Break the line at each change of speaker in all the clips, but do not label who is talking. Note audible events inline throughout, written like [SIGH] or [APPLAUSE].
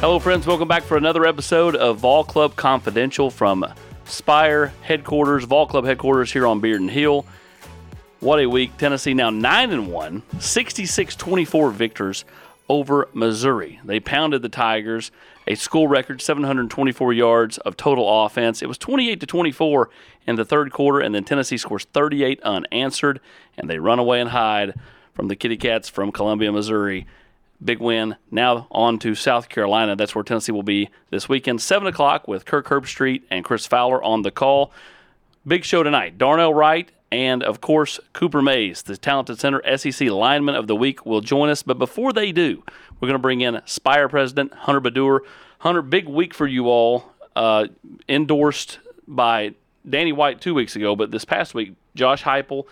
Hello, friends. Welcome back for another episode of Vol Club Confidential from Spire headquarters, Vol Club headquarters here on Beard and Hill. What a week. Tennessee now 9 and 1, 66 24 victors over Missouri. They pounded the Tigers, a school record 724 yards of total offense. It was 28 to 24 in the third quarter, and then Tennessee scores 38 unanswered, and they run away and hide from the Kitty Cats from Columbia, Missouri. Big win. Now on to South Carolina. That's where Tennessee will be this weekend, 7 o'clock with Kirk Herbstreit and Chris Fowler on the call. Big show tonight. Darnell Wright and, of course, Cooper Mays, the talented center SEC lineman of the week, will join us. But before they do, we're going to bring in Spire president Hunter Badur. Hunter, big week for you all. Uh, endorsed by Danny White two weeks ago, but this past week, Josh Heupel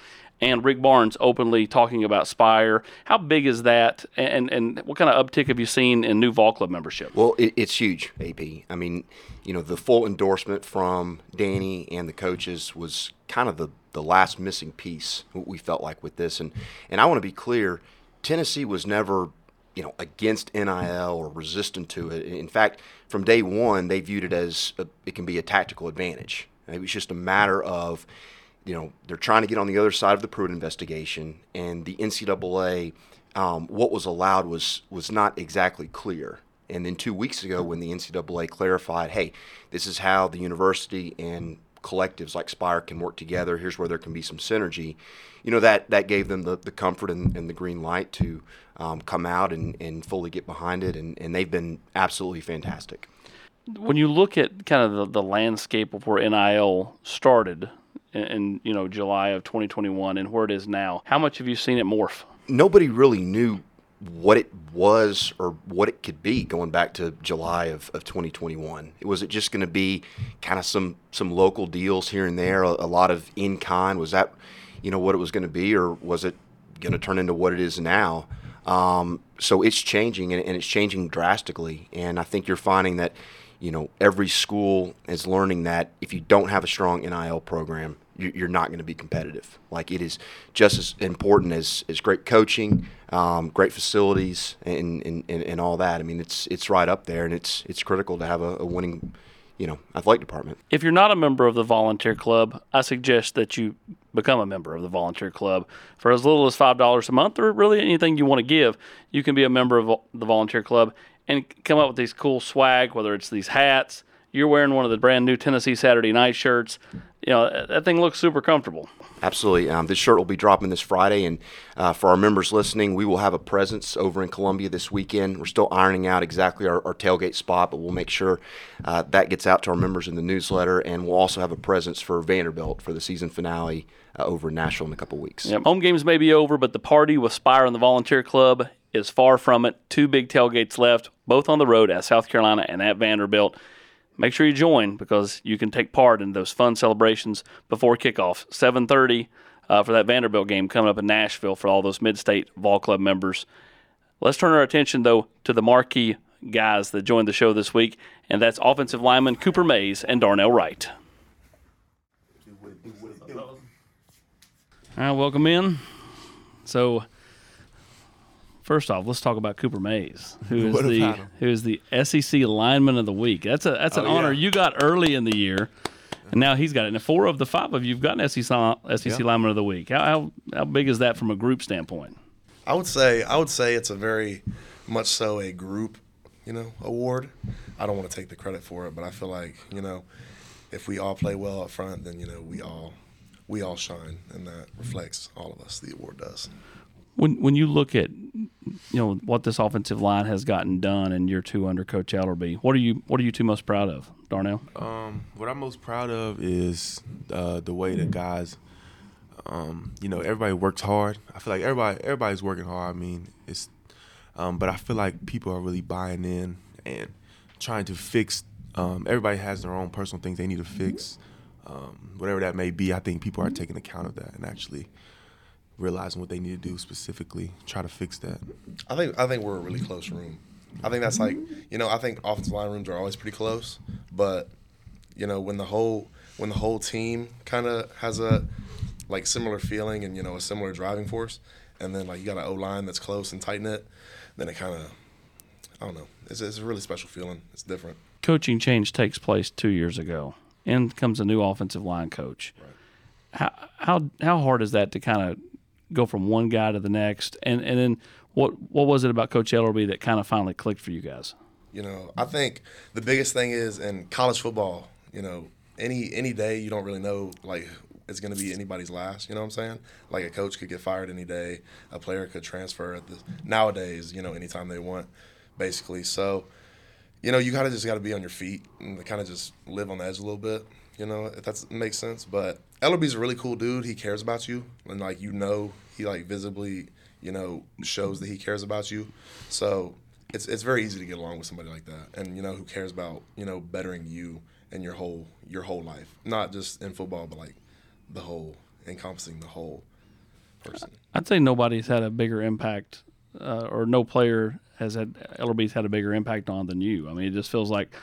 and Rick Barnes openly talking about Spire. How big is that, and and what kind of uptick have you seen in new Vol Club membership?
Well, it, it's huge, AP. I mean, you know, the full endorsement from Danny and the coaches was kind of the, the last missing piece what we felt like with this. And and I want to be clear, Tennessee was never, you know, against NIL or resistant to it. In fact, from day one, they viewed it as a, it can be a tactical advantage. It was just a matter of, you know, they're trying to get on the other side of the Pruitt investigation, and the NCAA, um, what was allowed was was not exactly clear. And then two weeks ago, when the NCAA clarified, hey, this is how the university and collectives like Spire can work together. Here's where there can be some synergy. You know that that gave them the, the comfort and, and the green light to um, come out and, and fully get behind it. And, and they've been absolutely fantastic.
when you look at kind of the, the landscape of where NIL started in, in you know July of 2021 and where it is now, how much have you seen it morph?
nobody really knew what it was or what it could be going back to July of, of 2021. Was it just going to be kind of some some local deals here and there, a, a lot of in kind? Was that you know what it was going to be, or was it going to turn into what it is now? Um, so it's changing and, and it's changing drastically. And I think you're finding that you know every school is learning that if you don't have a strong NIL program, you- you're not going to be competitive. Like it is just as important as, as great coaching, um, great facilities, and, and, and, and all that. I mean, it's it's right up there, and it's it's critical to have a, a winning, you know, athletic department.
If you're not a member of the volunteer club, I suggest that you become a member of the volunteer club for as little as five dollars a month, or really anything you want to give. You can be a member of vo- the volunteer club and come up with these cool swag, whether it's these hats. You're wearing one of the brand new Tennessee Saturday Night shirts. You know that- that thing looks super comfortable.
Absolutely. Um, this shirt will be dropping this Friday, and uh, for our members listening, we will have a presence over in Columbia this weekend. We're still ironing out exactly our, our tailgate spot, but we'll make sure uh, that gets out to our members in the newsletter, and we'll also have a presence for Vanderbilt for the season finale uh, over in Nashville in a couple weeks.
Yep. Home games may be over, but the party with Spire and the Volunteer Club is far from it. Two big tailgates left, both on the road at South Carolina and at Vanderbilt. Make sure you join because you can take part in those fun celebrations before kickoff. 7:30 uh, for that Vanderbilt game coming up in Nashville for all those mid-state Vol Club members. Let's turn our attention though to the marquee guys that joined the show this week, and that's offensive lineman Cooper Mays and Darnell Wright. All right, welcome in. So, first off, let's talk about Cooper Mays, who [LAUGHS] is
would've
the
had him?
who is the SEC lineman of the week. That's a that's an
Oh, yeah.
honor you got early in the year, and now he's got it. And four of the five of you've gotten E SEC li- SEC lineman of the week. How, how how big is that from a group standpoint?
I would say I would say it's a very much so a group, you know, award. I don't want to take the credit for it, but I feel like you know, if we all play well up front, then you know we all we all shine, and that reflects all of us. The award does.
when when you look at you know what this offensive line has gotten done and year two under Coach Ellerby, what are you what are you two most proud of, Darnell?
What I'm most proud of is uh, the way that guys, um, you know, everybody works hard. I feel like everybody everybody's working hard. I mean, it's, um, but I feel like people are really buying in and trying to fix. Um, everybody has their own personal things they need to fix, um, whatever that may be. I think people are taking account of that and actually realizing what they need to do specifically, try to fix that.
I think I think we're a really close room. I think that's like you know I think offensive line rooms are always pretty close, but you know when the whole when the whole team kind of has a like similar feeling and you know a similar driving force, and then like you got an O line that's close and tight knit, then it kind of I don't know it's it's a really special feeling. It's different.
coaching change takes place two years ago. In comes a new offensive line coach. How how how hard is that to kind of go from one guy to the next? And and then what what was it about Coach Ellerby that kind of finally clicked for you guys?
You know, I think the biggest thing is in college football. You know, any any day you don't really know like it's going to be anybody's last. You know what I'm saying? Like a coach could get fired any day, a player could transfer. At this, nowadays, you know, anytime they want, basically. So, you know, you kind of just got to be on your feet and kind of just live on the edge a little bit. You know, if that makes sense. But Ellerby's a really cool dude. He cares about you, and like you know, he like visibly, you know, shows that he cares about you. So it's it's very easy to get along with somebody like that, and you know, who cares about you know bettering you and your whole your whole life, not just in football, but like the whole encompassing the whole person.
I'd say nobody's had a bigger impact, uh, or no player has had Ellerby's had a bigger impact on than you. I mean, it just feels like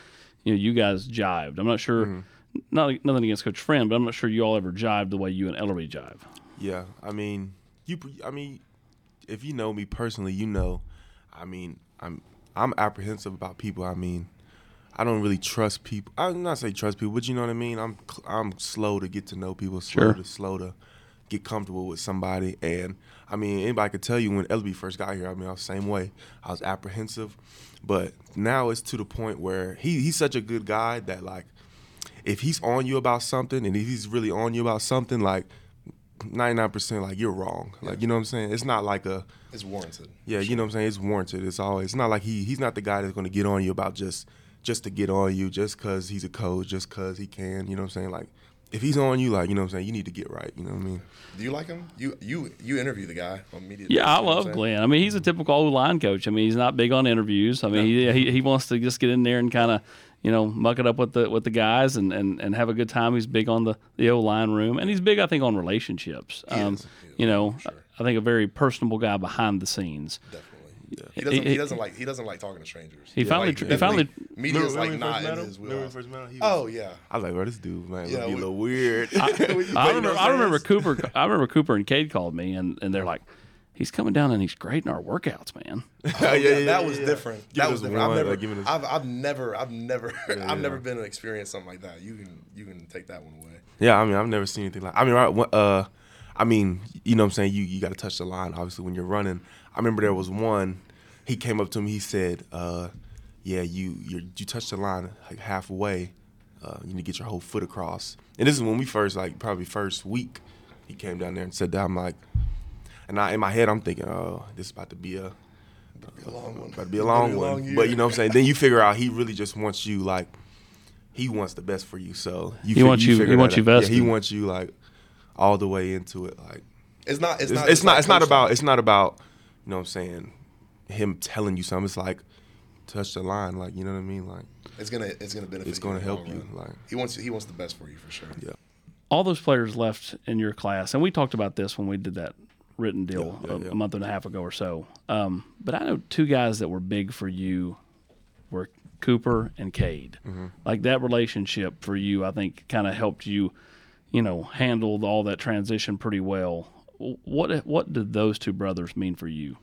you know you guys jived. I'm not sure. Not nothing against Coach Friend, but I'm not sure you all ever jived the way you and Ellerby jive.
Yeah, I mean, you. I mean, if you know me personally, you know, I mean, I'm I'm apprehensive about people. I mean, I don't really trust people. I'm not say trust people, but you know what I mean. I'm cl- I'm slow to get to know people. Slow
Sure.
to slow to get comfortable with somebody. And I mean, anybody could tell you when Elby first got here. I mean, I was the same way. I was apprehensive, but now it's to the point where he he's such a good guy that like if he's on you about something and if he's really on you about something, like 99% like you're wrong. Like you know what I'm saying? It's not like a
It's warranted.
yeah, you know what I'm saying? It's warranted. It's always it's not like he he's not the guy that's going to get on you about just just to get on you just cuz he's a coach, just cuz he can, you know what I'm saying? Like if he's on you like, you know what I'm saying? You need to get right, you know what I mean?
Do you like him? You you you interview the guy on media.
Yeah,
days,
I
you know what I'm
love
saying?
Glenn. I mean, he's a typical old line coach. I mean, he's not big on interviews. I mean, he, he he wants to just get in there and kind of you know muck it up with the with the guys and, and, and have a good time. He's big on the the O line room, and he's big, I think, on relationships. Um, you know, I think a very personable guy behind the scenes.
Definitely. He doesn't.
He-
He, doesn't like. He doesn't like talking to strangers.
He finally
Like,
tr- he finally-
Media's like
Remember when we
not
first
in
met him?
his
Remember when we
wheelhouse.
first met him? He was-
Oh yeah.
I was like, bro, this dude, man,
Yeah,
yeah,
[LAUGHS] we-
be a little weird.
[LAUGHS] I remember, I
[LAUGHS]
remember Cooper. I remember Cooper and Cade called me, and, and they're like, "He's coming down and he's great in our workouts, man."
[LAUGHS] Oh, yeah,
yeah, that was different.
Give
that
us
was different. I've
one,
never,
like, give it a-
I've, I've never, I've never, [LAUGHS] I've
yeah.
never been an experience something like that. You can, you can take that one away.
Yeah, I mean, I've never seen anything like. I mean, right, when- uh, I mean, you know, what I'm saying you you got to touch the line, obviously, when you're running. I remember there was one. He came up to me. He said, uh, "Yeah, you you you touched the line like halfway. Uh, you need to get your whole foot across." And this is when we first like probably first week. He came down there and said that. I'm like, and I in my head I'm thinking, "Oh, this is about to be a
A long one.
about to be
[LAUGHS]
a long one."
year.
but you know what I'm saying. Then you figure out he really just wants you like. He wants the best for you, so you
He
fi-
wants you- he
figure that
wants you
out. Yeah, he
vested.
wants you like all the way into it. Like
it's not. It's,
it's,
not.
it's not it's not
coaching.
about it's not about you know what I'm saying him telling you something. It's like touch the line, like you know what I mean. Like
It's gonna. It's gonna benefit.
It's gonna
you in the
help
long
you,
run.
like-
he wants. He wants the best for you for sure.
yeah,
all those players left in your class, and we talked about this when we did that written deal a, a month and a half ago or so. Um, but I know two guys that were big for you were Cooper and Cade.
Mm-hmm.
Like that relationship for you, I think, kind of helped you, you know, handle all that transition pretty well. W- What what did those two brothers mean for you?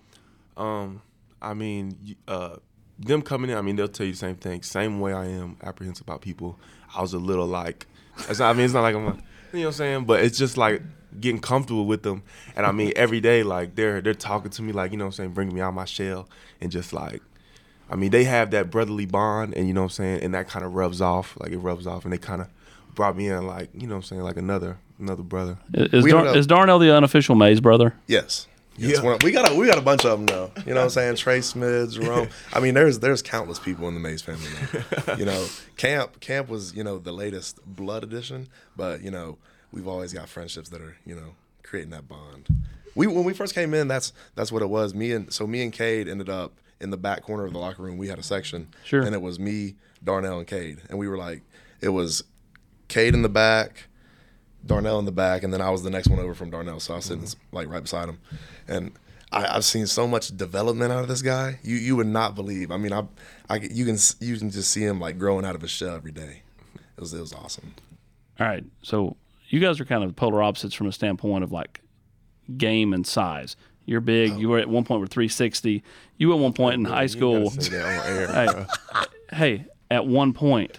I mean, you- uh, them coming in, I mean, they'll tell you the same thing. Same way I am apprehensive about people. I was a little like, it's not, I mean, it's not like I'm, like, you know what I'm saying? But it's just like getting comfortable with them. And I mean, every day, like they're they're talking to me, like you know what I'm saying, bringing me out of my shell, and just like, I mean, they have that brotherly bond, and you know what I'm saying, and that kind of rubs off, like it rubs off, and they kind of brought me in, like you know what I'm saying, like another another brother.
Is,
We don't
Dar-
know.
is Darnell the unofficial Mays brother?
Yes. It's one of- we got a we got a bunch of them though. You know what I'm saying? Trey Smith, Jerome. I mean, there's there's countless people in the Mays family. Now. You know, Camp Camp was you know the latest blood edition, but you know we've always got friendships that are you know creating that bond. We when we first came in, that's that's what it was. Me and so me and Cade ended up in the back corner of the locker room. We had a section,
Sure.
and it was me, Darnell, and Cade, and we were like, it was Cade in the back. Darnell in the back, and then I was the next one over from Darnell, so I was sitting like right beside him, and I, I've seen so much development out of this guy. You you would not believe. I mean, I, I you can s- you can just see him like growing out of his shell every day. It was it was awesome.
All right. So you guys are kind of polar opposites from a standpoint of like game and size. You're big. You were at one point were 360. You at one point in high school.
Say that on air.
Hey, hey, at one [LAUGHS] point.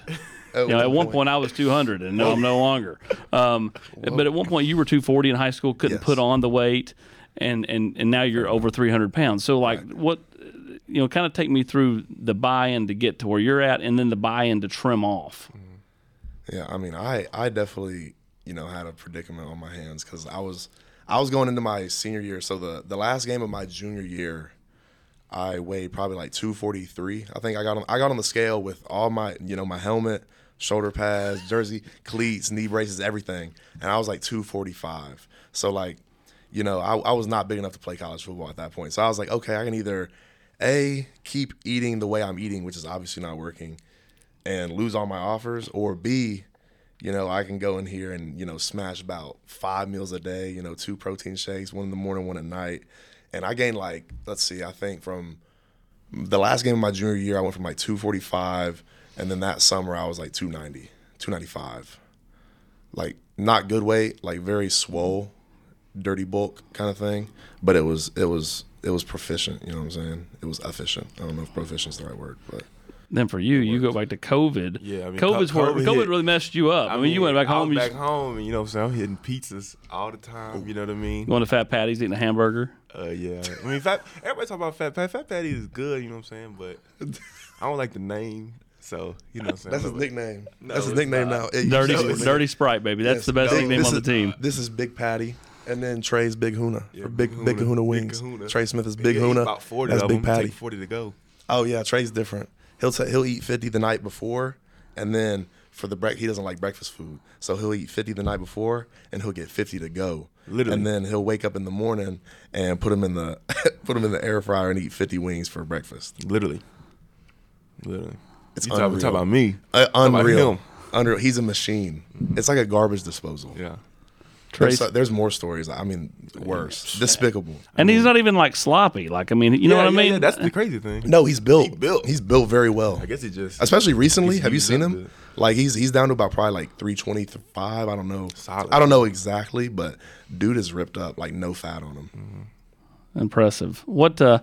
You know, at one point I was 200, and no, I'm no [LAUGHS] longer. Um, but at one point you were 240 in high school, couldn't
Yes.
put on the weight, and and and now you're over 300 pounds. So like, what, you know, kind of take me through the buy-in to get to where you're at, and then the buy-in to trim off.
Yeah, I mean, I I definitely you know had a predicament on my hands because I was I was going into my senior year. So the the last game of my junior year, I weighed probably like two forty three. I think I got on I got on the scale with all my you know my helmet, shoulder pads, jersey, cleats, knee braces, everything, and I was like two forty five. So like, you know, I, I was not big enough to play college football at that point. So I was like, okay, I can either a keep eating the way I'm eating, which is obviously not working and lose all my offers, or B, you know, I can go in here and, you know, smash about five meals a day, you know, two protein shakes, one in the morning, one at night. And I gained like, let's see, I think from the last game of my junior year, I went from like 245. And then that summer, I was like 290, 295. Like, not good weight, like very swole, dirty bulk kind of thing. But it was, it was, it was proficient. You know what I'm saying? It was efficient. I don't know if proficient's the right word, but.
Then for you, you go back to COVID.
Yeah, I mean,
COVID's
co-
where-
COVID
COVID,
hit.
really messed you up. I, mean, you went back
I was
home. You Oh.
back
just
home, and you know what I'm saying? I'm hitting pizzas all the time. You know what I mean?
going to Fat Patty's, eating a hamburger.
Uh, yeah. I mean, fat, everybody talk about Fat Patty. Fat Patty is good, you know what I'm saying? But I don't like the name. So, you know what I'm saying?
That's
I
his
love it.
nickname. That's his
it's
nickname now. It-
Dirty,
you know, it's-
dirty Sprite, baby. That's the best
This-
nickname
this
on the
is-
team.
This is Big Patty, and then Trey's Big Huna
Yeah,
or Big Big Kahuna,
Big
wings.
Kahuna.
Trey Smith is Big
Yeah, he
Huna.
About 40
That's
of
Big
them. Take
Patty.
40 to go.
Oh yeah, Trey's different. He'll ta- he'll eat fifty the night before, and then for the break he doesn't like breakfast food, so he'll eat fifty the night before, and he'll get fifty to go.
Literally.
And then he'll wake up in the morning and put him in the [LAUGHS] put him in the air fryer and eat fifty wings for breakfast.
Literally. Literally.
It's
you talk,
unreal.
talk about me.
Uh,
Talk about
unreal.
him.
Unreal. He's a machine. It's like a garbage disposal.
Yeah.
Trace-
There's, there's more stories. I mean, worse. Despicable.
and he's not even like sloppy. Like I mean, you know
Yeah,
what I
yeah,
mean?
yeah, that's the crazy thing.
No, he's built.
He built.
He's built very well.
I guess he just.
Especially recently,
He's-
have you
he's
seen
up
him?
there.
Like he's he's down to about probably like 325. I don't know.
Solid.
I don't know exactly, but dude is ripped up. Like no fat on him.
Impressive. What uh,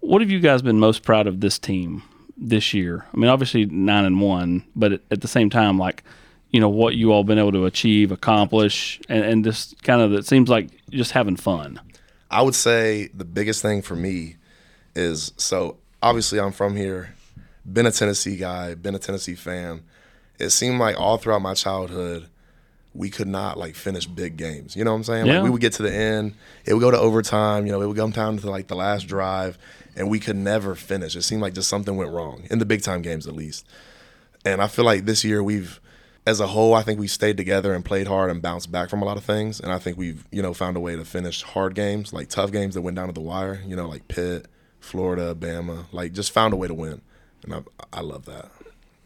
what have you guys been most proud of this team this year? I mean, obviously nine and one, but at, at the same time, like you know what you all been able to achieve, accomplish, and, and just kind of it seems like just having fun.
I would say the biggest thing for me is so obviously I'm from here, been a Tennessee guy, been a Tennessee fan. It seemed like all throughout my childhood, we could not like finish big games. You know what I'm saying?
Yeah.
Like we would get to the end, it would go to overtime, you know, it would come down to like the last drive, and we could never finish. It seemed like just something went wrong in the big time games at least. And I feel like this year we've, as a whole, I think we stayed together and played hard and bounced back from a lot of things. And I think we've, you know, found a way to finish hard games, like tough games that went down to the wire, you know, like Pitt, Florida, Bama, like just found a way to win. And I, I love that.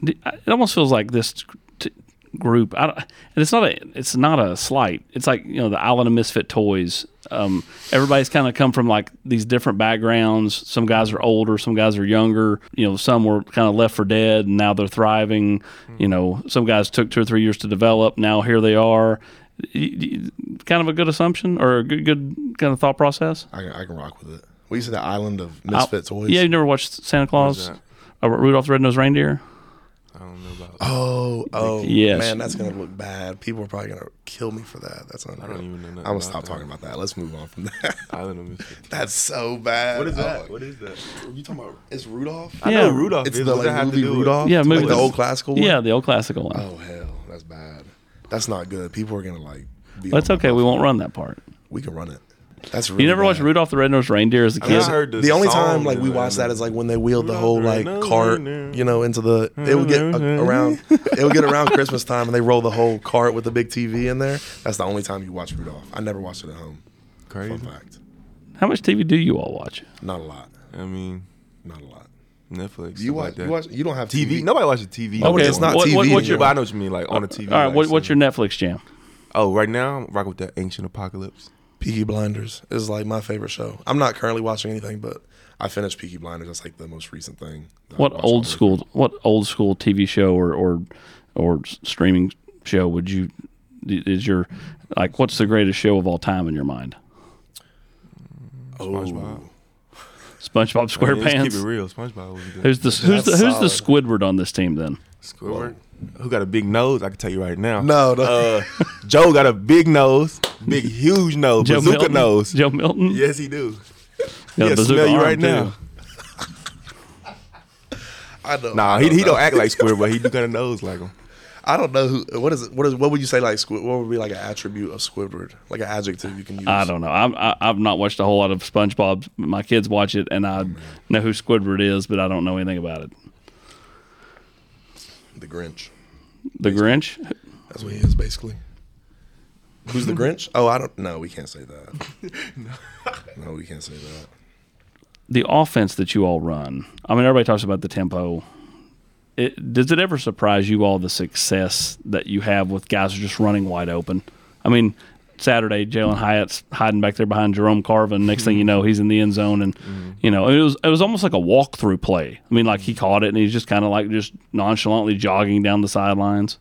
D- I- It almost feels like this t- group. I don't, and it's not a it's not a slight. It's like you know the Island of Misfit Toys. Um, everybody's kind of come from like these different backgrounds. Some guys are older, some guys are younger. You know, some were kind of left for dead, and now they're thriving.
Hmm.
You know, some guys took two or three years to develop. Now here they are. Y- y- Kind of a good assumption or a good, good kind of thought process.
I can, I can rock with it. We used to the island of misfit toys.
Yeah, you never watched Santa Claus,
that?
uh, Rudolph the Red-Nosed Reindeer.
I don't know about
Oh, oh,
Yes.
man, that's gonna look bad. People are probably gonna kill me for that. That's unreal. I
don't even know nothing
I'm gonna
about
stop
that.
talking about that. Let's move on from that. [LAUGHS]
Island of Misfits.
that's so bad.
What is
Oh,
that? What is that?
you talking about? It's Rudolph.
I
Yeah.
know Rudolph
It's
is.
the
What does that
like
have to
movie
do with-
Rudolph.
Yeah, maybe
like the
it's-
old classical one.
Yeah, the old classical one.
Oh hell, that's bad. That's not good. People are gonna like. Be
That's
on my
okay. We
mouth.
won't run that part.
We can run it. That's
You
really
never watched
bad.
Rudolph the Red-Nosed Reindeer as a kid?
I heard the
the only
song
time like we
design.
watched that is like when they wheeled the whole like
Rudolph the
cart,
Red-Nosed
you know, into the it would get a- around it would get
[LAUGHS]
around Christmas time and they roll the whole cart with the big TV in there. That's the only time you watch Rudolph. I never watched it at home. Fun
crazy.
fact.
How much TV do you all watch?
Not a lot.
I mean,
Not a lot.
Netflix.
You
stuff
watch,
like that.
you watch you don't have
TV.
TV.
Nobody watches TV.
Okay,
anymore.
it's not
what-
TV.
what- what's
Yeah,
your-
but I know what you mean. Like on the TV.
All right,
like,
what, what's
so-
your Netflix jam?
Oh, right now I'm rocking with that Ancient Apocalypse.
Peaky Blinders is like my favorite show. I'm not currently watching anything, but I finished Peaky Blinders. That's like the most recent thing. that I
What
watched all
old
the way
school? What old school TV show or or or s- streaming show would you? Is your like what's the greatest show of all time in your mind?
through.
SpongeBob.
SpongeBob
I mean, let's
SquarePants.
Keep it real. SpongeBob. Was good.
who's the who's the, who's the Squidward on this team then?
Squidward? Who got a big nose? I can tell you right now.
No, no.
Uh, Joe got a big nose,
[LAUGHS]
big huge nose, bazooka
Milton.
nose.
Joe Milton.
Yes, he do.
Got a
He'll
bazooka
smell you
arm,
right
too.
now.
I don't,
Nah,
I
he,
don't
he
know.
don't
[LAUGHS]
act like Squidward, but he do got a nose like him.
I don't know who. What is it? What is? What would you say? Like Squid? What would be like an attribute of Squidward? Like an adjective you can use.
I don't know. I'm, I, I've not watched a whole lot of SpongeBob. My kids watch it, and I know who Squidward is, but I don't know anything about it.
The Grinch.
The Grinch.
That's what he is basically. Who's the Grinch? Oh, I don't. No, we can't say that. no, we can't say that.
the offense that you all run, I mean, everybody talks about the tempo. It, does it ever surprise you all the success that you have with guys who are just running wide open? I mean, Saturday, Jalen Hyatt's hiding back there behind Jerome Carvin. Next thing you know, he's in the end zone, and you know it was it was almost like a walkthrough play. I mean, like he caught it, and he's just kind of like just nonchalantly jogging down the sidelines.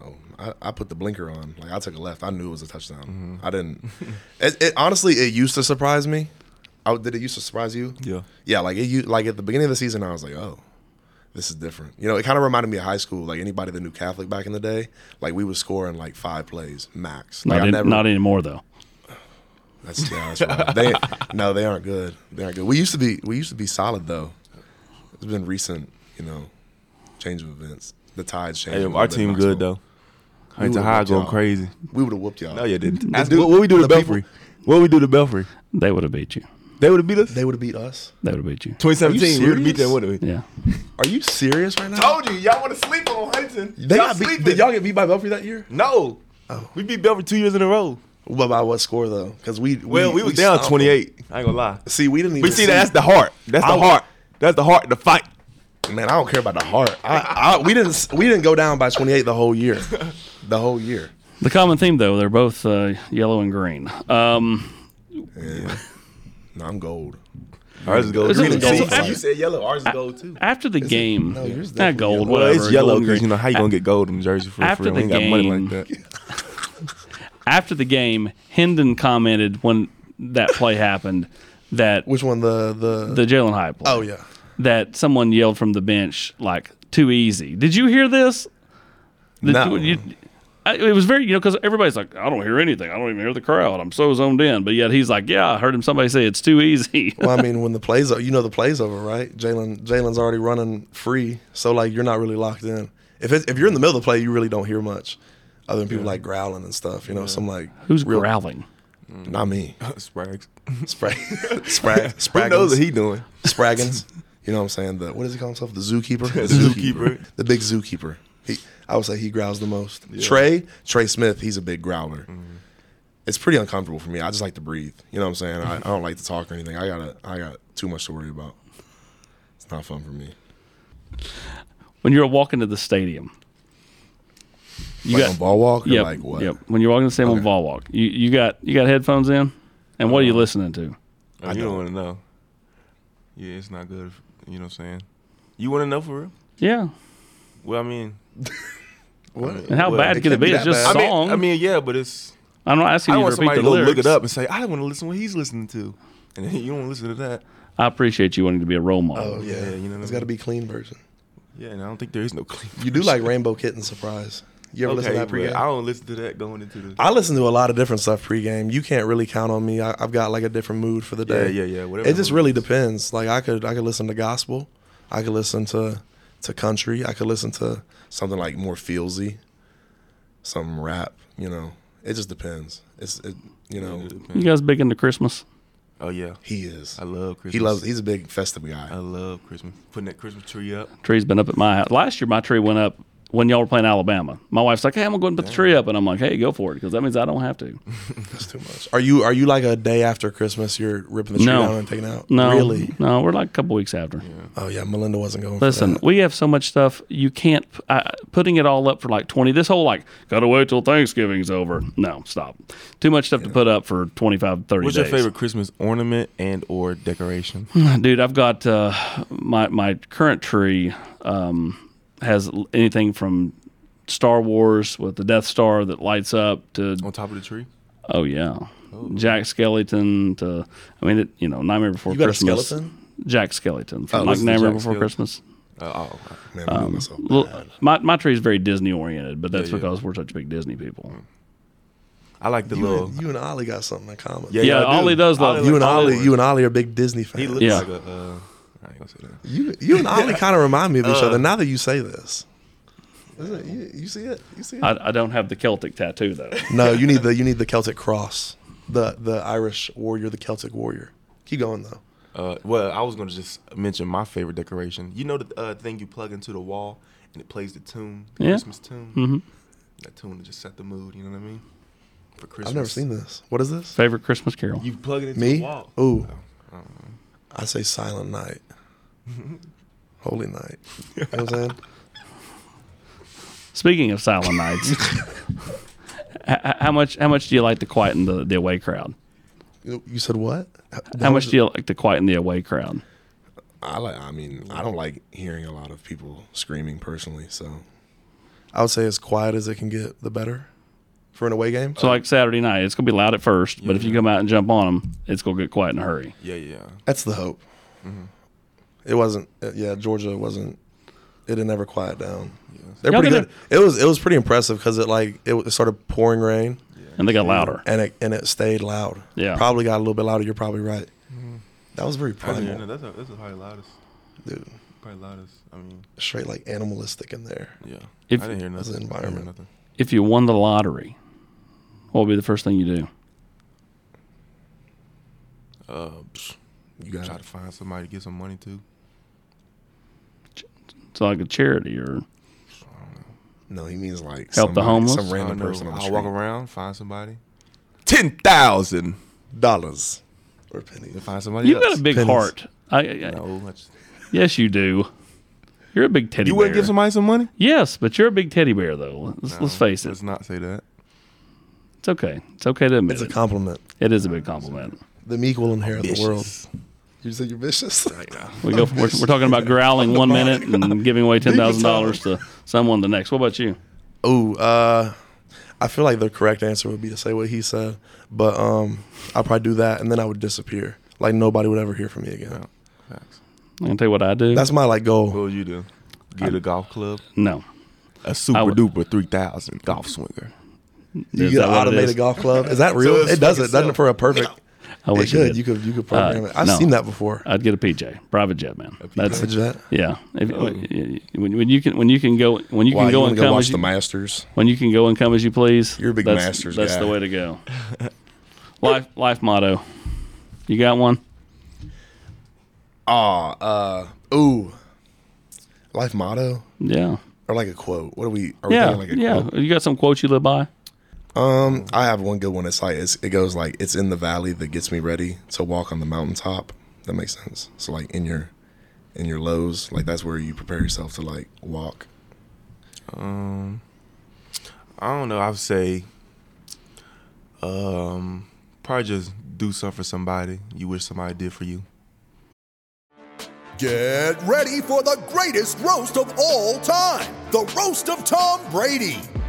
Oh, I, I put the blinker on. Like I took a left. I knew it was a touchdown.
Mm-hmm.
I didn't. It, it honestly, it used to surprise me. I, did it used to surprise you?
Yeah.
Yeah. Like it. u- Like at the beginning of the season, I was like, oh, this is different. You know, it kind of reminded me of high school. Like anybody that knew Catholic back in the day, like we would score in like five plays max. Like
Not,
I
in-
never.
not anymore though.
that's, yeah, that's right. They no, they aren't good. They aren't good. We used to be. We used to be solid though. It's been recent. You know, change of events. The tides changed.
Hey,
a little
our
bit
team
in
good
Knoxville.
though. Huntington
would've
High
whooped
going
y'all.
crazy.
We would have whooped y'all.
No, you didn't. Ask,
dude-
what, what we do to
the people-
Belfry? What we do to Belfry?
They would have beat you.
They would have beat us.
They would have beat us.
They would have beat you.
2017. We would have beat them.
serious?
Would
[LAUGHS]
we?
Yeah.
Are you serious right now?
Told you, y'all want to sleep on Huntington.
They
y'all
got beat-
sleeping.
did y'all get beat by Belfry that year?
no. Oh. We beat Belfry two years in a row.
But by what score though? Because we
Well, we, was down
stomped
28. I ain't gonna lie.
them. See, we didn't. Even
But see, that's the heart. That's the
I-
heart. That's the heart. The fight.
man. I don't care about the heart. I, I, we didn't. We didn't go down by twenty eight the whole year. The whole year.
The common theme though, they're both uh, yellow and green. Um,
No, I'm gold.
Ours is gold.
It's
Green
only
and
gold.
gold.
After-
You said yellow. Ours is gold too.
After the game,
no, yours
not
definitely
gold,
yellow.
whatever.
Well, it's yellow
and green.
because you know how you gonna get gold in Jersey for
After
free.
the
We ain't got money
game-
like that.
After the game, Hendon commented when that play [LAUGHS] happened that
Which one? The the.
the Jalen Hyatt play,
oh yeah.
that someone yelled from the bench like too easy. Did you hear this? Did
No.
you- I- it was very you know because everybody's like I don't hear anything. I don't even hear the crowd. I'm so zoned in. But yet he's like, yeah, I heard him. Somebody say it's too easy. [LAUGHS]
Well, I mean, when the plays, o- you know, the plays over, right? Jalen, Jalen's already running free, so like you're not really locked in. If it's, if you're in the middle of the play, you really don't hear much, other than people like growling and stuff. You know, some like
Who's
real-
growling?
Not me.
[LAUGHS]
[LAUGHS] Sprags.
Sprag, Sprag, [LAUGHS]
Who
Spraggins.
knows what he doing?
Spraggins. You know what I'm saying? The what does he call himself? The zookeeper. [LAUGHS] The
zookeeper.
The big zookeeper. He, I would say he growls the most. Trey, Trey Smith. He's a big growler. It's pretty uncomfortable for me. I just like to breathe. You know what I'm saying? I, I don't like to talk or anything. I got I got too much to worry about. It's not fun for me.
When you're walking to the stadium, you
like
got
on ball walk or
Yep,
like what?
Yep. When you're walking the same on ball walk, you, you got you got headphones in, and what are you
Uh-huh.
listening to?
Oh, you don't want to know. Yeah, it's not good. if- You know what I'm saying? You want to know for real?
Yeah.
Well, I [LAUGHS] mean,
What?
And how
Well,
bad
it
could it
can't be
be? It's
that
just
I
bad.
mean,
song.
I mean, yeah, but it's.
I'm not asking
I
you to
don't want
repeat the
somebody to go
lyrics.
look it up and say, "I want to listen to what he's listening to," and then [LAUGHS] you don't listen to that.
I appreciate you wanting to be a role model.
Oh yeah,
Yeah, you know what I
it's
mean.
got to be clean version.
Yeah, and I don't think there is no clean.
You do like Rainbow Kitten Surprise. You ever
Okay,
listen to that
but
pre?
I don't listen to that going into the.
I listen to a lot of different stuff pregame. You can't really count on me. I, I've got like a different mood for the day.
Yeah, yeah, yeah, whatever
It just
mood
really depends. Like I could, I could listen to gospel. I could listen to to country. I could listen to something like more feelsy, some rap. You know, It just depends. It's it, you know
You guys big into Christmas?
Oh yeah,
he is.
I love Christmas. Oh.
He loves. He's a big festive guy.
I love Christmas. Putting that Christmas tree up.
Tree's been up at my house. Last year, my tree went up when y'all were playing Alabama. My wife's like, "Hey, I'm gonna go ahead and put the tree up," and I'm like, "Hey, go for it," because that means I don't have to.
That's too much. Are you are you like a day after Christmas? You're ripping the tree
No.
down and taking it out.
No,
really?
no, we're like a couple weeks after.
Oh yeah, Melinda wasn't going.
Listen,
for that.
we have so much stuff. You can't uh, putting it all up for like twenty. This whole like gotta wait till Thanksgiving's over. No, stop. Too much stuff to put up for 25, 30
What's
days.
your favorite Christmas ornament and or decoration?
Hmm.
dude? I've got uh, my my current tree um, has l- anything from Star Wars with the Death Star that lights up to
On top of the tree?
oh yeah, Jack Skeleton to I mean it, you know Nightmare Before
You got a
Christmas.
skeleton?
Jack Skeleton from
Oh,
like
listen to
Nightmare
Jack
Before
Skeleton.
Christmas.
Uh, oh,
Man, I'm doing myself
Well,
bad.
my my tree is very Disney oriented, but that's
Yeah, yeah.
because we're such big Disney people.
I like the
You
little.
and, you and Ollie got something in common.
Yeah,
Yeah,
I do.
Ollie does love
Ollie
you
like
and
Ollie
Ollie,
was.
you and Ollie are big Disney fans.
he looks
Yeah.
like a. Uh, I ain't gonna say that.
you, you and Ollie kind of remind me of each other. Now that you say this, Is it- you, you see it. You see it.
I, I don't have the Celtic tattoo though. [LAUGHS]
no, you need the you need the Celtic cross, the the Irish warrior, the Celtic warrior. Keep going though.
Uh, well, I was gonna just mention my favorite decoration. You know the uh, thing you plug into the wall and it plays the tune, the
Yeah.
Christmas tune. Mm-hmm. That tune to just set the mood. You know what I mean? For Christmas,
I've never seen this. What is this?
Favorite Christmas Carol.
You plug it into the
Me?
wall.
Ooh. I say Silent Night. Holy Night. You know what I'm saying?
Speaking of silent
[LAUGHS]
nights, h- h- how much how much do you like to quieten the, the away crowd?
You- You said what? How,
How much do you like to quieten the away crowd?
I like. I mean, I don't like hearing a lot of people screaming personally. So, I would say as quiet as it can get, the better for an away game.
So like Saturday night, it's gonna be loud at first, but if you come out and jump on them, it's gonna get quiet in a hurry.
Yeah, yeah.
That's the hope. Mm-hmm. It wasn't. uh, Yeah, Georgia wasn't. It had never quiet down. They're
Y'all
pretty
did
good. It was. It was pretty impressive because it like it, was- it started pouring rain
And they got louder.
and it and it stayed loud.
Yeah. Mm-hmm.
probably got a little bit louder. You're probably right. That was very
That's, yeah, no,
primal,
that's, a, that's a probably loudest.
dude.
Probably loudest. I mean,
Straight like animalistic in there.
yeah.
If-
I didn't hear
That's
nothing.
the
I didn't hear
environment.
nothing.
If you won the lottery, what would be the first thing you do?
Uh, psh,
You got
try
it.
to find somebody to get some money to.
It's like a charity or
No, he means like
Help the
somebody-
homeless?
some
I
random
don't know.
person on the
I'll
street.
walk around, find somebody. Ten thousand.
dollars or pennies.
And find somebody
you've
else.
got a big
pennies.
heart. I, I,
No, that's-
Yes, you do. You're a big teddy.
You wouldn't
bear.
give somebody some money?
Yes, but you're a big teddy bear, though. Let's, let's face it.
Let's not say that.
It's okay. It's okay to admit
It's a
it.
compliment.
it is a big compliment.
The meek will inherit the world. You said you're vicious.
We go. From, we're, we're talking about growling one
[LAUGHS]
minute and giving away ten thousand dollars to someone the next. What about you?
Oh, uh, I feel like the correct answer would be to say what he said, but um, I'll probably do that, and then I would disappear. Like nobody would ever hear from me again.
Facts.
I'm gonna tell you what I do.
That's my like
What
goal.
would you do? Get a golf club?
no.
A super
would-
duper 3000 golf swinger.
You
Is
get
that
an
what it is?
automated golf club. [LAUGHS] Is that real?
it's
it does
like
it. Doesn't it
itself.
for a perfect?
I
It
wish you
could.
did.
You could. You could program
Uh,
it. I've
no.
seen that before.
I'd get a PJ, private jet, man. That's
Did you that?
yeah. If,
Oh.
when, when you can when you can go when you can go and come as you,
Masters.
when you can go and come as you please.
You're a big
that's,
Masters
That's
guy.
the way
[LAUGHS]
to go. life life motto. You got one?
Aw, uh, ooh. Life motto
Yeah.
or like a quote. What are we? Are
Yeah,
we thinking like a
yeah.
quote?
You got some quotes you live by?
Um, I have one good one. It's like it's, it goes like it's in the valley that gets me ready to walk on the mountaintop. That makes sense. So like in your in your lows, like that's where you prepare yourself to like walk.
I don't know. I would say um, probably just do something for somebody you wish somebody did for you.
Get ready for the greatest roast of all time the Roast of Tom Brady,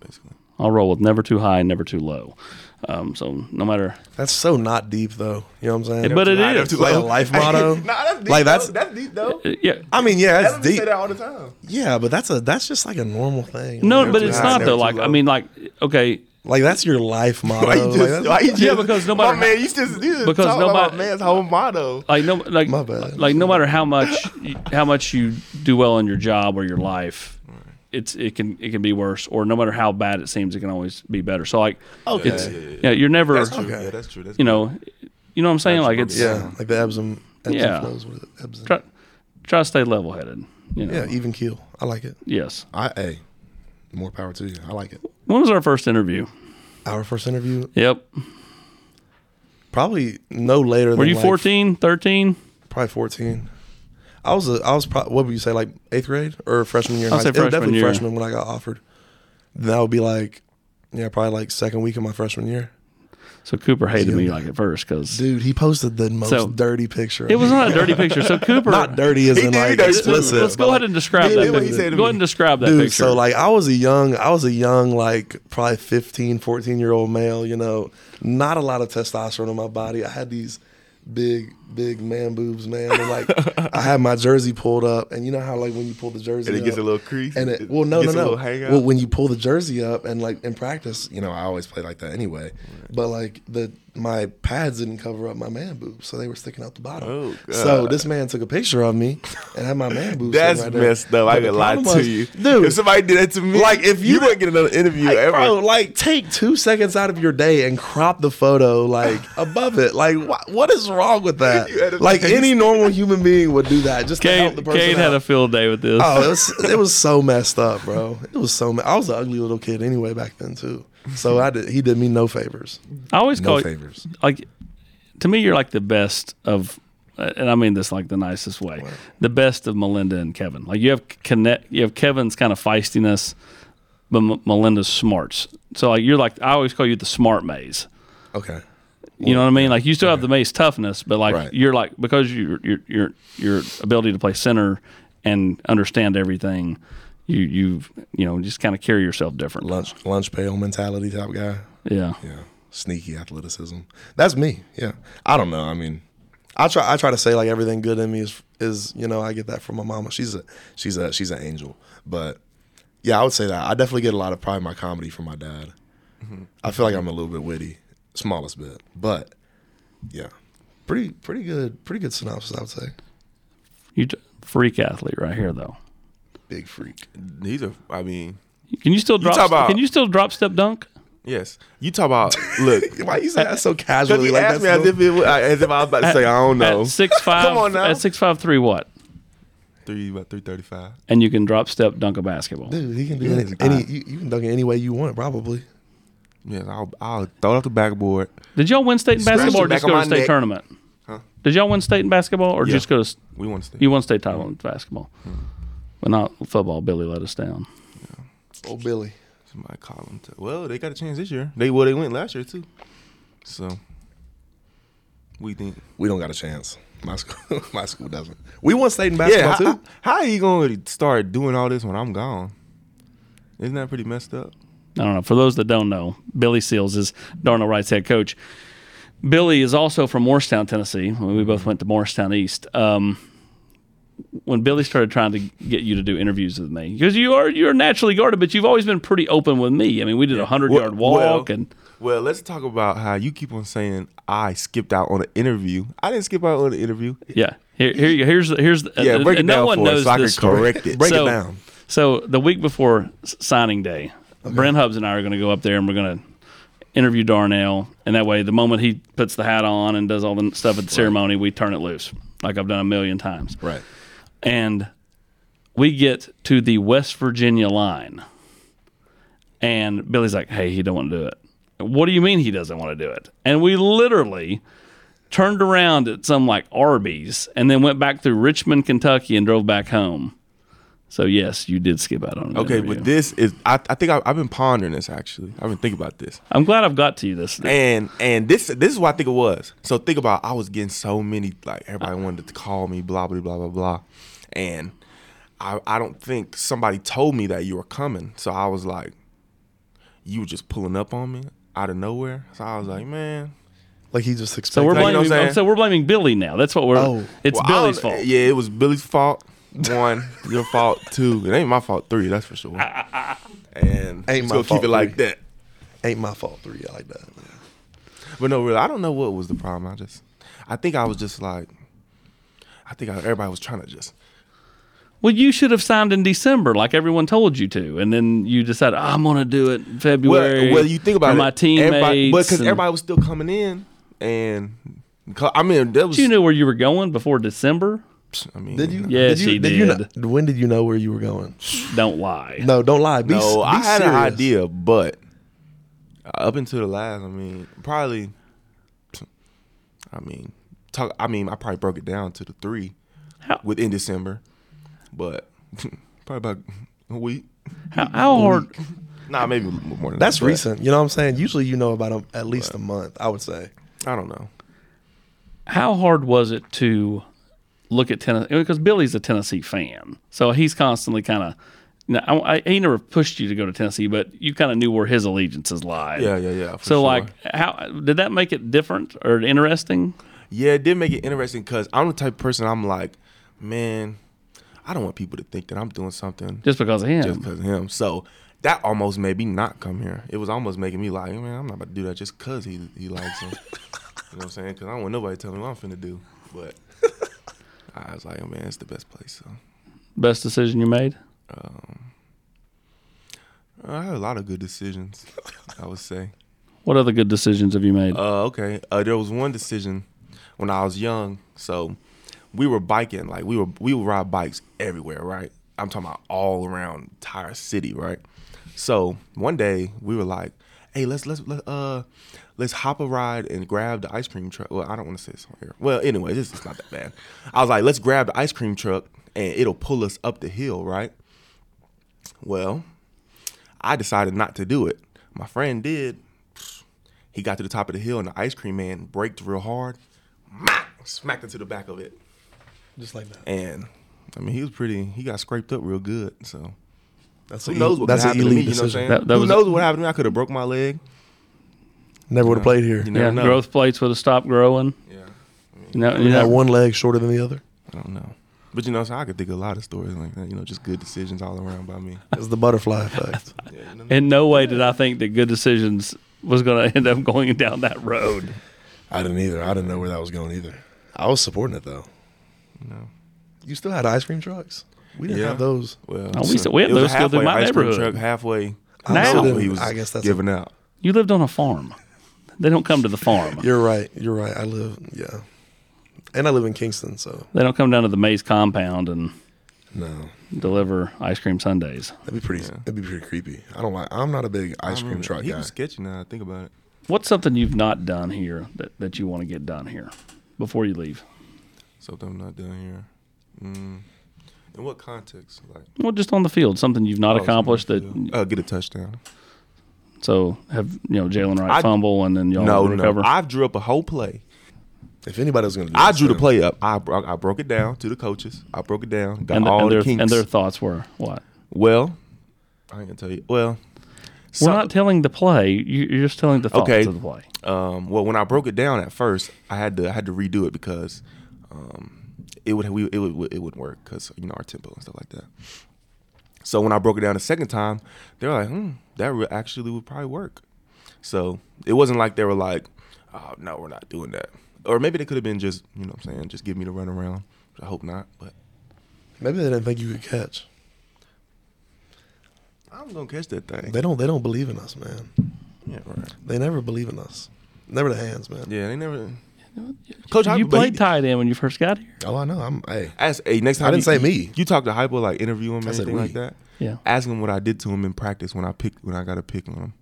basically.
I'll roll with never too high and never too low. Um, so no matter
That's so not deep, though. You know what I'm saying?
but it
Never
is.
too
like a [LAUGHS] life motto.
Nah, that's deep,
like that's
though.
that's deep though.
uh, yeah.
I mean, yeah, that's deep.
all the time.
Yeah, but that's a that's just like a normal thing.
No,
Never
but
too
it's
high,
not
never
though.
too
Like I
low.
mean, like
[LAUGHS]
okay,
like that's your life [LAUGHS] motto.
Why you
Like,
just,
that's-
why you just,
Yeah, because no matter
my
how-
man, you just, you just
because
talking
no
about
matter-
my man's whole motto.
like no like
My bad.
like no matter how much you- how much you do well in your job or your life it's it can it can be worse or no matter how bad it seems it can always be better so like okay. it's yeah, you're never
That's true. Yeah, that's true. That's
you know you know what I'm saying like it's
yeah, like the ebbs and, ebbs
Yeah.
and flows with it. Ebbs and,
try, try to stay level headed you know
yeah, even keel. I like it.
yes
I a more power to you. I like it.
when was our first interview
Our first interview,
yep
probably no later.
were
than
you
like,
14 13
Probably fourteen. I was a, I was probably what would you say like eighth grade or freshman year? in
I'll
high
say
school? It was
freshman
definitely
year.
freshman when I got offered. That would be like, yeah, probably like second week of my freshman year.
so Cooper hated me like at first because
Dude, he posted the most
So-
dirty picture.
it was not a dirty
[LAUGHS]
picture so Cooper
not dirty as
He
in
did, he
like
did.
explicit.
let's
but,
go ahead and describe
He
that
did what he
picture.
said to
go
me.
ahead and describe that
dude,
picture
so like I was a young, I was a young like probably 15, 14 year old male. You know, not a lot of testosterone in my body. I had these big, big man boobs, man. And like I had my jersey pulled up, and you know how like when you pull the jersey,
And it gets
up,
a little crease?
and it
It
well no no
gets a
no
little hangout?
well when you pull the jersey up and like in practice, you know I always play like that anyway. But like the my pads didn't cover up my man boobs, so they were sticking out the bottom.
Oh, God.
so this man took a picture of me and had my man boobs. sitting
That's
right there.
messed up. I
But the
could lie
problem
to
was-
you,
dude.
If somebody did that to me,
Like, if you-
wouldn't get another interview
Like,
ever.
bro, like take two seconds out of your day and crop the photo like [LAUGHS] above it. Like, wh- what is wrong with
You had a
that? Like
face.
any normal human being would do that. Just to help the
Cade,
person
Cade
out.
had a field day with this
[LAUGHS] Oh, it was, it was so messed up, bro. It was so. Me- I was an ugly little kid anyway back then too. So I did. He did me no favors.
I always
No
call
favors.
You, like to me, you're like the best of, uh, and I mean this like the nicest way, the best of Melinda and Kevin. Like you have connect, you have Kevin's kind of feistiness, but M- Melinda's smarts. So like you're like I always call you the smart maze.
Okay.
You know what I mean? Like you still have the maze toughness, but like
Right.
you're like because your your your your ability to play center and understand everything, you you've you know just kind of carry yourself different.
Lunch lunch pail mentality type guy.
Yeah.
Yeah. Sneaky athleticism. That's me. Yeah. I don't know. I mean, I try. I try to say like everything good in me is is you know I get that from my mama. She's a she's a she's an angel. But yeah, I would say that. I definitely get a lot of pride in my comedy from my dad. I feel like I'm a little bit witty, smallest bit, but yeah, pretty pretty good pretty good synopsis. I would say.
You t- freak athlete right here though.
Big freak.
These are, I mean,
Can you still drop?
talk about-
can you still drop step dunk?
yes. You talk about
[LAUGHS]
look.
Why you say that so
Because
casually?
you
Like
asked
that's
me as
no-
if, it, was- as if I was about
[LAUGHS]
to say I don't know.
At
[LAUGHS]
six five.
Come on now.
At six five three what?
Three about three thirty five.
And you can drop step dunk a basketball.
Dude, he can do any, any you, you can dunk it any way you want, probably.
Yeah, I'll, I'll throw it off the backboard.
Did y'all win state in basketball or
back
just
on
go to
my
state
neck.
tournament? Did y'all win state in basketball or
Yeah.
just go to? s-
We want to stay.
You won state title in basketball, but not football. Billy let us down.
Oh, Billy.
Somebody call them. To, well, they got a chance this year. They well, they went last year too. So we think.
We don't got a chance. My school, [LAUGHS] my school doesn't. We won state in
Yeah,
basketball
how,
too.
how are you going to start doing all this when I'm gone? Isn't that pretty messed up?
I don't know. For those that don't know, Billy Seals is Darnell Wright's head coach. Billy is also from Morristown, Tennessee. We both went to Morristown East. Um, when Billy started trying to get you to do interviews with me, because you are you're naturally guarded, but you've always been pretty open with me. I mean, we did a hundred yard
Well-
walk,
well-
and
well, let's talk about how you keep on saying I skipped out on an interview. I didn't skip out on an interview.
yeah, here, here you here's here's
Yeah, break it
and no
down
one
for us
knows
so I
this
can
story.
correct it. Break
so,
it down.
So the week before s- signing day, Brent Hubbs and I are going to go up there and we're going to interview Darnell, and that way, the moment he puts the hat on and does all the stuff at the ceremony, we turn it loose, like I've done a million times.
Right.
And we get to the West Virginia line, and Billy's like, "Hey, he don't want to do it." What do you mean he doesn't want to do it? And we literally turned around at some like Arby's, and then went back through Richmond, Kentucky, and drove back home. So yes, you did skip out on an
Okay,
interview.
but this is I, I think I, I've been pondering this actually. I've been thinking about this,
I'm glad I've got to you this. day.
and and this this is what I think it was. So think about I was getting so many like everybody wanted to call me, blah blah blah blah blah, and I I don't think somebody told me that you were coming. So I was like, you were just pulling up on me out of nowhere. So I was like, man,
Like he just expected.
So we're
you know
blaming.
what I'm saying?
so we're blaming Billy now. That's what we're.
Oh.
it's
Well, I
Billy's
don't-
fault.
Yeah, it was Billy's fault. One, your fault. Two, it ain't my fault. Three, that's
[LAUGHS]
for sure. And
Ain't
just
my
gonna
fault,
keep it like
three.
that.
ain't my fault. Three I like that.
But no, really, I don't know what was the problem. I just, I think I was just like, I think I, everybody was trying to just.
Well, you should have signed in December, like everyone told you to, and then you decided "Ah, I'm going to do it in February.
Well, well, you think about
for
it,
my teammates,
everybody, but because
and-
everybody was still coming in, and 'cause- I mean, that was.
you knew where you were going before December.
I mean,
Did you?
Yes,
did you,
he
you
did.
kno- when did you know where you were going?
Don't lie.
No, don't lie. Be, s-
No,
be
I had
serious.
an idea, but up until the last, I mean, probably, I mean, talk. I mean, I probably broke it down to the three
How-
within December, but [LAUGHS] probably about a week.
How, how hard?
Nah, maybe a little more than
That's
that, but
recent. You know what I'm saying? Usually you know about a, at least a month, I would say.
I don't know.
How hard was it to look at Tennessee? Because Billy's a Tennessee fan, so he's constantly kind of. No, I, I- he never pushed you to go to Tennessee, but you kind of knew where his allegiances lied.
Yeah, yeah, yeah, for
So,
sure.
like, how did that make it different or interesting?
Yeah, it did make it interesting because I'm the type of person I'm like, man, I don't want people to think that I'm doing something
Just because of him?
just because of him. So that almost made me not come here. It was almost making me like, man, I'm not about to do that just because he he
[LAUGHS]
likes him. you know what I'm saying? Because I don't want nobody telling me what I'm finna do.
[LAUGHS]
But I was like, man, it's the best place. So
Best decision you made?
I had a lot of good decisions, I would say.
What other good decisions have you made?
Uh, okay. Uh, there was one decision when I was young. So we were biking, like we were we would ride bikes everywhere, right? I'm talking about all around entire city, right? So one day we were like, "Hey, let's let's let uh let's hop a ride and grab the ice cream truck." Well, I don't want to say this on here. Well, anyway, this is not that bad. I was like, "Let's grab the ice cream truck and it'll pull us up the hill, right?" Well, I decided not to do it. My friend did. He got to the top of the hill and the ice cream man braked real hard, smacked into the back of it.
Just like that.
And I mean, he was pretty, he got scraped up real good. So
That's
who
an
knows
e-
what
that's an
happened to me,
elite
you know what I'm
decision.
saying?
That- that
who
was-
knows what happened to me? I could have broke my leg.
Never would have played here.
You
You
never
yeah,
know.
growth plates would have stopped growing.
Yeah.
You know, you
had
know-
one leg shorter than the other.
I don't know. But you know, so I could think of a lot of stories like that, you know, just good decisions all around by me.
It's the butterfly effect.
[LAUGHS]
in no way did I think that good decisions was going to [LAUGHS] end up going down that road.
I didn't either. I didn't know where that was going either. I was supporting it though.
[LAUGHS]
you still had ice cream trucks? We didn't
Yeah.
have those.
Well,
Oh, we- we had
it was
those
a
still through
halfway
my
ice cream
neighborhood.
Truck halfway.
Now-
I he was
I guess that's-
giving out.
You lived on a farm. They don't come to the farm.
You're right. You're right. I live, yeah. And I live in Kingston, so
They don't come down to the Maze compound and
No,
deliver ice cream sundaes.
that'd be pretty. That'd be pretty creepy. I don't like. I'm not a big ice cream truck
He
guy.
was sketchy now. I think about it.
What's something you've not done here that, that you want to get done here before you leave?
Something I'm not doing here. Mm. In what context? Like
Well, just on the field, something you've
Oh,
not accomplished that.
uh, get a touchdown.
So have you know Jalen Wright
I-
fumble and then y'all
No,
Oh, recover.
no. I drew up a whole play.
if anybody was gonna, do
I
that,
drew the
Sam,
play up. I bro- I broke it down to the coaches. I broke it down. Got
and, the-
all
and
the
their,
kinks.
and their thoughts were what?
well, I ain't gonna tell you. Well,
We're
so-
not telling the play. You- You're just telling the thoughts
Okay.
of the play.
um, well, when I broke it down at first, I had to I had to redo it because um, it would we, it would it wouldn't work because you know our tempo and stuff like that. So when I broke it down the second time, they were like, "Hmm, that re- actually would probably work." So it wasn't like they were like, "Oh no, we're not doing that," or maybe they could have been just you know what I'm saying just give me the runaround. I hope not, but
maybe they didn't think you could catch.
I'm gonna catch that thing.
They don't. They don't believe in us, man.
yeah, right.
They never believe in us. Never the hands, man.
yeah, they never. Coach, I-
you
but
played
he-
tight end when you first got here.
Oh, I know. I'm. Hey,
Ask, hey, next time
I didn't
you,
say me.
You, you talk to hypo like interview him or
I said
anything
we.
like that.
Yeah.
Ask him what I did to him in practice when I picked when I got a pick on him.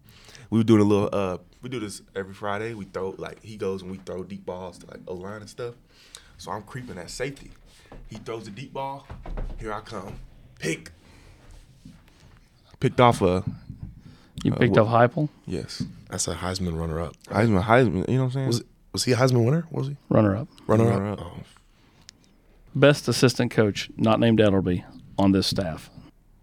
We were doing a little uh we do this every Friday. We throw like he goes and we throw deep balls to like O line and stuff. So I'm creeping at safety. He throws a deep ball. Here I come. Pick. Picked off a.
You
uh,
picked
wh-
off Heupel,
Yes.
That's a Heisman runner-up.
Heisman. Heisman. You know what I'm saying?
Was was he a Heisman winner? What was he
runner up,
runner-up?
Runner-up.
Oh.
best assistant coach, not named Ellerby, on this staff.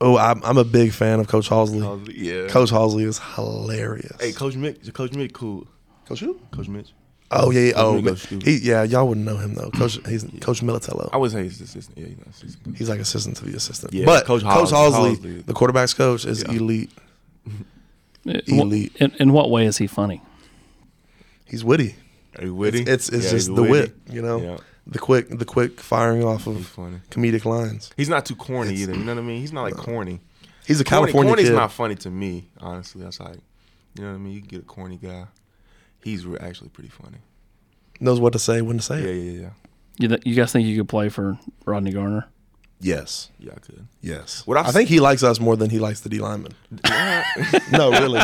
Oh, I'm, I'm a big fan of Coach Halsley.
Halsley, yeah.
Coach Halsley is hilarious.
Hey, Coach Mick. Coach Mick, cool.
Coach who?
Coach Mitch.
Oh yeah, yeah. oh
Mick, Coach Stewart.
he, yeah. Y'all wouldn't know him though. Coach he's Coach Militello.
I would say he's the assistant. Yeah, he's not assistant.
he's like assistant to the assistant.
Yeah,
but Coach
Coach
Halsley,
Halsley- Halsley.
the quarterback's coach, is
Yeah.
elite.
In-
Elite.
Uh, In, in what way is he funny?
He's witty.
Are you witty?
It's it's, it's
Yeah,
just
he's
the
witty.
wit, you know,
Yeah.
the quick the quick firing off
He's
of
funny.
comedic lines.
He's not too corny either. You know what I mean? He's not like corny.
He's a
Corny,
California
corny's
kid.
not funny to me, honestly. That's like, you know what I mean? You can get a corny guy. He's re- actually pretty funny.
knows what to say when to say
Yeah,
it.
yeah, yeah.
You, th- you guys think you could play for Rodney Garner?
Yes,
Yeah, I could.
yes.
What I've
I think he likes us more than he likes the D lineman. no,
[LAUGHS]
really.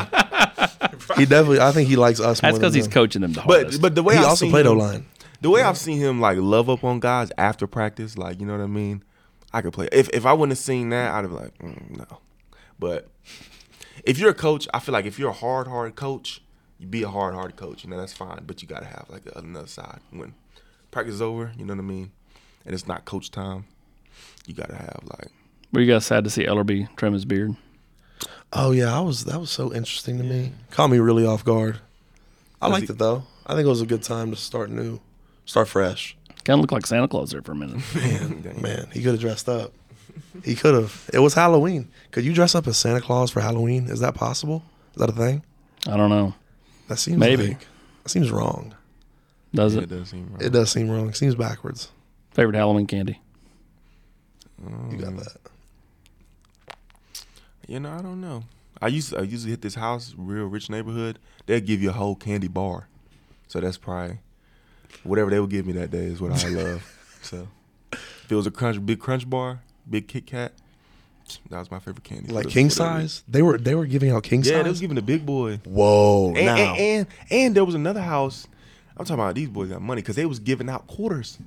he definitely. I think he likes us.
That's
more than
because he's
them.
coaching them. The
But
hardest.
but the way
he
I've
also
seen
played
him-
O line.
The way I've seen him like love up on guys after practice, like you know what I mean. I could play. If if I wouldn't have seen that, I'd have been like mm, no. But if you're a coach, I feel like if you're a hard hard coach, you be a hard hard coach. You know that's fine, but you gotta have like another side when practice is over. You know what I mean, and it's not coach time. You gotta have like
were you guys sad to see Ellerby trim his beard?
Oh yeah, I was. That was so interesting to me. Caught me really off guard. I liked it though. I think it was a good time to start new, start fresh.
Kind of looked like Santa Claus there for a
[LAUGHS]
minute.
Man, he could have dressed up. He could have. It was Halloween. Could you dress up as Santa Claus for Halloween? Is that possible? Is that a thing?
I don't know.
That seems
Maybe.
like- that seems wrong.
Does
it
it?
doesn't seem right.
It does seem wrong. It seems backwards.
Favorite Halloween candy?
You got
Mm.
that.
You know I don't know. I used I usually hit this house, real rich neighborhood. They'll give you a whole candy bar, so that's probably whatever they would give me that day is what
[LAUGHS]
I love. so if it was a crunch, big crunch bar, big Kit Kat, that was my favorite candy.
Like
Whatever-
king
whatever it is.
size. They were they were giving out king
Yeah, they was
size.
giving the big boy.
Whoa,
And,
now
and, and and there was another house. I'm talking about these boys got money because they was giving out quarters.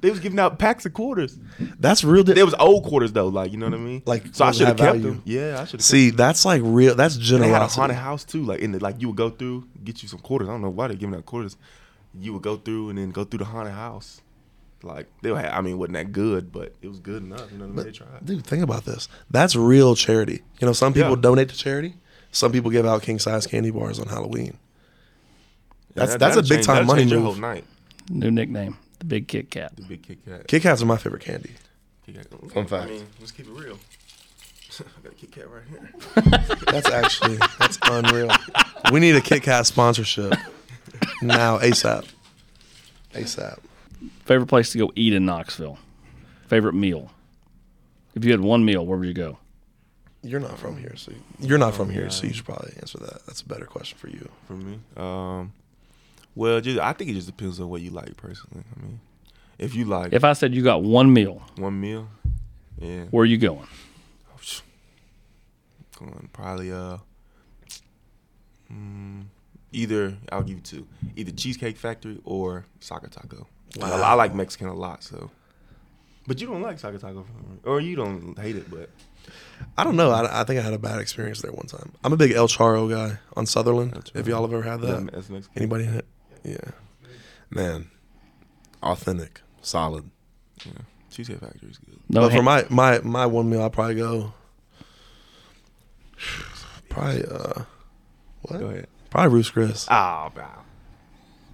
They was giving out packs of quarters.
that's real. di-
They was old quarters though, like you know what I mean.
Like,
so I
those
should have
that
kept
value.
them. Yeah, I should have.
See, that's like real. That's
And they had a
generosity.
haunted house too. Like in the like you would go through, get you some quarters. I don't know why they're giving out quarters. You would go through and then go through the haunted house. Like they had, I mean, wasn't that good, but it was good enough. You know what I mean? They tried.
Dude, think about this. That's real charity. You know, some people
Yeah.
donate to charity. Some people give out king size candy bars on Halloween. That's
That-
that's a
that'll
big
change-
time
that'll
money
change your
move.
whole night.
New nickname, the Big Kit Kat.
The big Kit Kat.
Kit Kats are my favorite candy.
Kit Kat.
Fun fact.
I mean, let's keep it real. [LAUGHS] I got a Kit Kat right here.
That's actually that's unreal. We need a Kit Kat sponsorship now ASAP. ASAP.
Favorite place to go eat in Knoxville? Favorite meal? If you had one meal, where would you go?
You're not from here, so you're not
Oh,
from here, so you should probably answer that. That's a better question for you.
For me, um, well, just, I think it just depends on what you like personally. I mean, if you like
If I said you got one meal,
one meal, yeah,
where are you going?
going probably uh mm, either I'll give you two either Cheesecake Factory or Saka Taco. I, I like Mexican a lot, so but you don't like Saka Taco, or you don't hate it, but
I don't know. I, I think I had a bad experience there one time. I'm a big El Charo guy on Sutherland. If y'all have ever had that,
that's Mexican.
anybody had? Yeah,
Man, authentic, solid.
Cheesecake Factory is good.
No,
but for
hand-
my my my one meal, I probably go. [SIGHS] Probably uh,
Go ahead.
probably Ruth's Chris.
Ah, wow.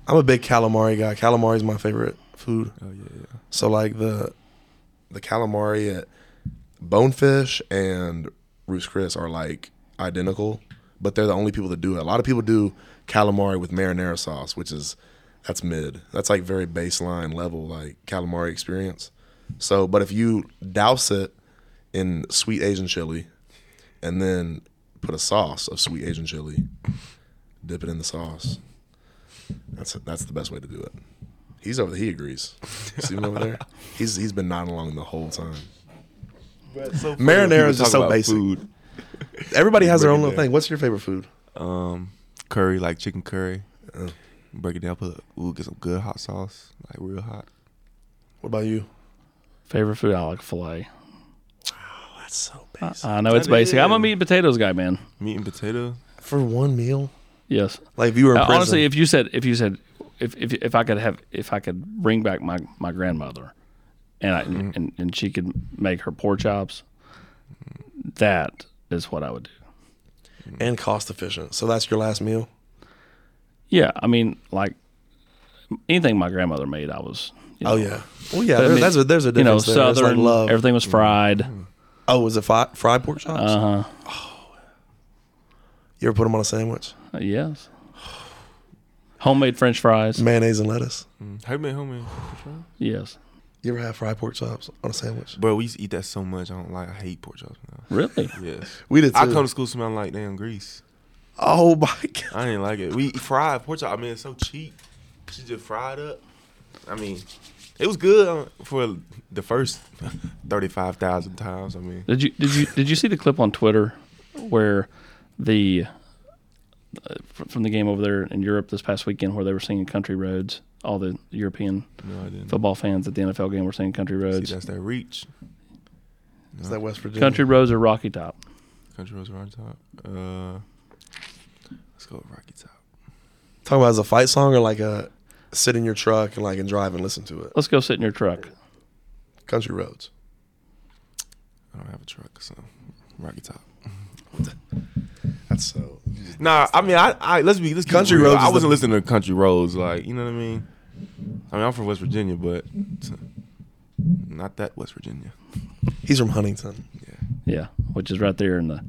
I'm a big calamari guy. Calamari is my favorite food.
Oh yeah, yeah.
So like the
The calamari at Bonefish and Ruth's Chris are like identical, but they're the only people that do it. A lot of people do calamari with marinara sauce, which is that's mid. That's like very baseline level like calamari experience. So, but if you douse it in sweet Asian chili and then put a sauce of sweet Asian chili, dip it in the sauce. That's that's the best way to do it. He's over. He agrees. See him
[LAUGHS]
over there. He's he's been nodding along the whole time.
Marinara
People
is just
talk
so
about
basic.
Food.
everybody has their own
Bring
little
it there.
thing. What's your favorite food?
Um, curry, like chicken curry. Break it down, put a, ooh, get some good hot sauce, like real hot.
What about you?
Favorite food? I like filet.
That's so
I,
bad.
I know it's
Uh, That
basic. I'm a
is.
meat and potatoes guy, man.
Meat and potato.
For one meal?
Yes.
Like if you were in
Uh,
prison,
honestly, if you said, if you said, if, if if I could have, if I could bring back my my grandmother, and I
Mm-hmm.
and, and she could make her pork chops, that is what I would do.
and cost efficient. So that's your last meal.
Yeah, I mean, like anything my grandmother made, I was. you
Oh
know,
yeah. Well yeah.
but
There,
I mean,
that's a, there's a
You know,
difference. there. It's
southern.
like love. Mm.
Everything was fried.
Oh, was it fi- fried pork chops?
Uh huh.
You ever put them on a sandwich?
Yes. Homemade French fries.
Mayonnaise and lettuce.
How you been, homie?
Yes.
You ever had fried pork chops on a sandwich?
Bro, we used to eat that so much. I don't like. I hate pork chops now.
Really?
Yes.
We did. Too.
I come to school smelling like damn grease.
oh [LAUGHS] my god.
I didn't like it. We eat fried pork chop. I mean, it's so cheap. She just fried up. I mean, it was good uh, for the first [LAUGHS] thirty-five thousand times. I mean,
Did you did you did you see the clip on Twitter where the uh, fr- from the game over there in Europe this past weekend where they were singing Country Roads? All the European
no, I didn't.
football fans at the NFL game were singing Country
See,
Roads.
that's that reach.
Is that West Virginia?
Country Roads or Rocky Top?
Country Roads Rocky Top. Uh, let's go with Rocky Top.
Talking about as a fight song or like a sit in your truck and like and drive and listen to it.
Let's go sit in your truck.
Country roads.
I don't have a truck, so Rocky Top.
That's so.
Nah, I mean, I, I let's be let's keep it
Country
real.
Roads
I
is
wasn't
the-
listening to Country Roads, like you know what I mean. I mean, I'm from West Virginia, but not that West Virginia.
He's from Huntington.
Yeah, which is right there in the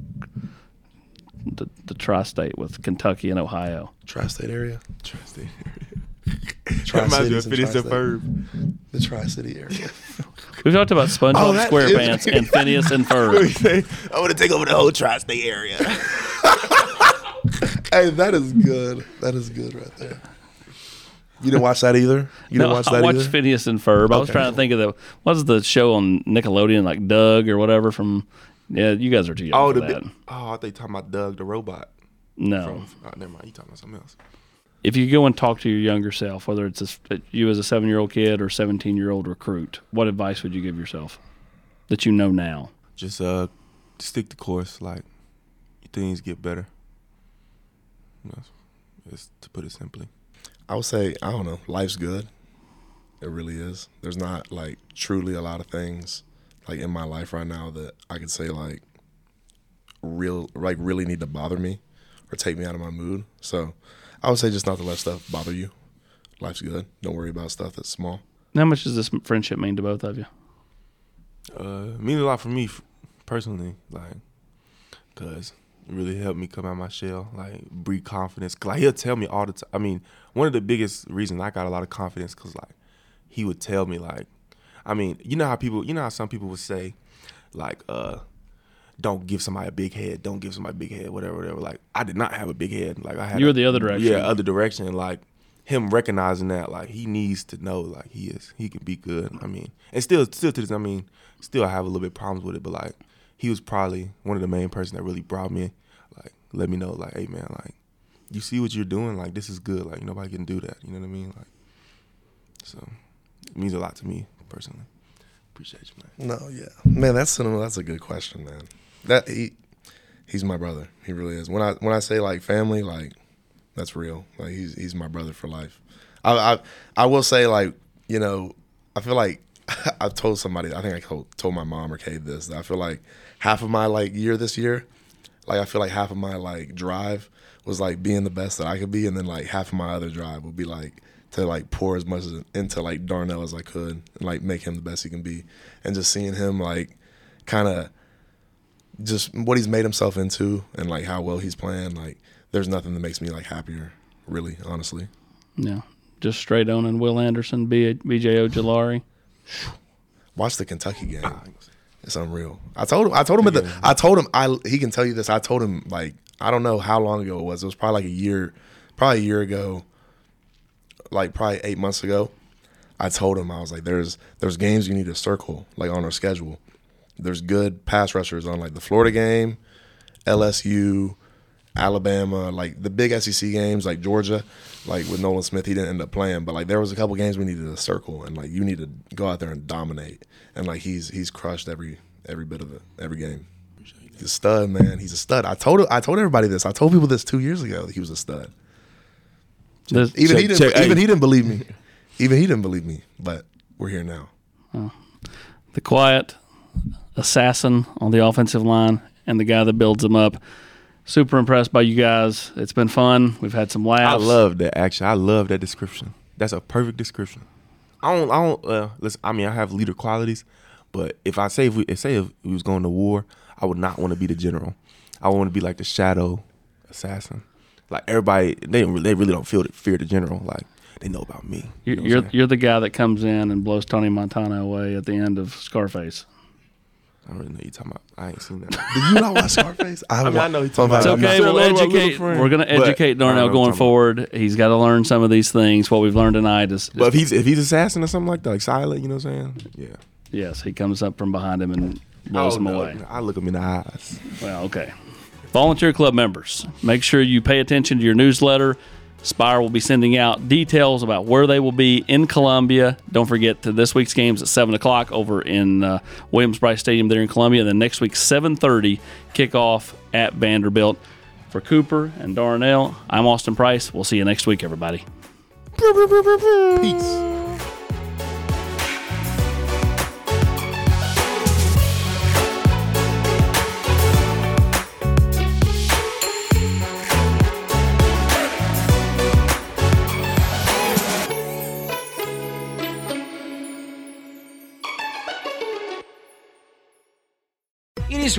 the, the tri-state with Kentucky and Ohio.
Tri-state area. [LAUGHS]
Tri-state
Tri-cities
area. Reminds me of
and
Phineas and
tri-state.
Ferb.
The tri-city area.
[LAUGHS]
We've talked about SpongeBob
Oh, that is- [LAUGHS]
SquarePants and Phineas and Ferb.
I want to take over the whole tri-state area.
hey, that is good. That is good right there. You didn't watch that either. You didn't
No,
watch
I
that
watched
either.
Phineas and Ferb. I was
Okay.
trying to think of the what's the show on Nickelodeon, like Doug or whatever from. Yeah, you guys are too young
Oh,
for
the
that.
bi- oh, I thought you talking about Doug the robot.
no,
From, oh, never mind, you talking about something else.
if you go and talk to your younger self, whether it's a s you as a seven-year-old kid or seventeen-year-old recruit, what advice would you give yourself that you know now?
Just uh, stick the course. Like things get better. That's, that's to put it simply.
I would say I don't know. Life's good. It really is. There's not like truly a lot of things like in my life right now that I could say like real like really need to bother me or take me out of my mood. So I would say just not to let stuff bother you. Life's good. Don't worry about stuff that's small.
How much does this friendship mean to both of you?
uh, it means a lot for me f- personally, like, cause it really helped me come out my shell, like, breed confidence. 'Cause, like he'll tell me all the time. I mean, one of the biggest reasons I got a lot of confidence, cause like, he would tell me like, I mean, you know how people, you know how some people would say, like, uh, don't give somebody a big head, don't give somebody a big head, whatever, whatever. Like, I did not have a big head. Like, I had
You were
a-
the other direction.
Yeah, other direction. Like him recognizing that, like he needs to know, like he is, he can be good. I mean, and still, still to this, I mean, still I have a little bit of problems with it, but like he was probably one of the main person that really brought me, like let me know, like hey man, like you see what you're doing, like this is good, like nobody can do that. You know what I mean? Like, so it means a lot to me personally. Appreciate you, man.
No, yeah.
Man, that's cinema. That's a good question, man. That he, he's my brother. He really is. When I when I say like family, like that's real. Like he's he's my brother for life. I I, I will say like you know I feel like [LAUGHS] I've told somebody. I think I told, told my mom or Cade this. That I feel like half of my like year this year, like I feel like half of my like drive was like being the best that I could be, and then like half of my other drive would be like to like pour as much as, into like Darnell as I could, and like make him the best he can be, and just seeing him like kind of just what he's made himself into and like how well he's playing. Like there's nothing that makes me like happier, really, honestly.
Yeah, just straight on and Will Anderson, B- BJ Ojolari.
Watch the Kentucky game.
Ah,
It's unreal. I told him. I told him. At the, I told him. I he can tell you this. I told him like I don't know how long ago it was. It was probably like a year, probably a year ago, like probably eight months ago. I told him I was like, there's there's games you need to circle like on our schedule. There's good pass rushers on like the Florida game, LSU, Alabama, like the big SEC games, like Georgia, like with Nolan Smith, he didn't end up playing, but like there was a couple games we needed a circle, and like you need to go out there and dominate, and like he's he's crushed every every bit of it, every game. He's a stud, man. He's a stud. I told I told everybody this. I told people this two years ago. That he was a stud.
Just
Even
check-
he didn't.
check- hey.
even he didn't believe me. Even he didn't believe me. But we're here now.
the quiet assassin on the offensive line and the guy that builds them up. Super impressed by you guys. It's been fun. We've had some
I
laughs.
love that. Actually, I love that description. That's a perfect description. I don't. I don't. Uh, listen. I mean, I have leader qualities, but if I say if we if say if we was going to war, I would not want to be the general. I want to be like the shadow assassin. Like everybody, they don't- they really don't feel fear the general. Like they know about me. You
You're
know what I'm
you're,
saying?
you're the guy that comes in and blows Tony Montana away at the end of Scarface.
I don't really know you talking about. I ain't seen that.
Do you not watch Scarface?
I mean, I know he's talking
It's
about.
okay. We'll educate. We're going to educate Darnell going forward. He's got to learn some of these things. What we've learned tonight is,
But if he's if he's assassin or something like that, like silent, you know what I'm saying? Yeah.
yes, he comes up from behind him and blows
Oh,
him
no,
away.
no, I look him in the eyes.
Well, okay. Volunteer club members, make sure you pay attention to your newsletter. Spire will be sending out details about where they will be in Columbia. Don't forget to this week's games at seven o'clock over in uh, Williams Bryce Stadium there in Columbia. And then next week, seven thirty kickoff at Vanderbilt. For Cooper and Darnell, I'm Austin Price. We'll see you next week, everybody.
Peace.
It is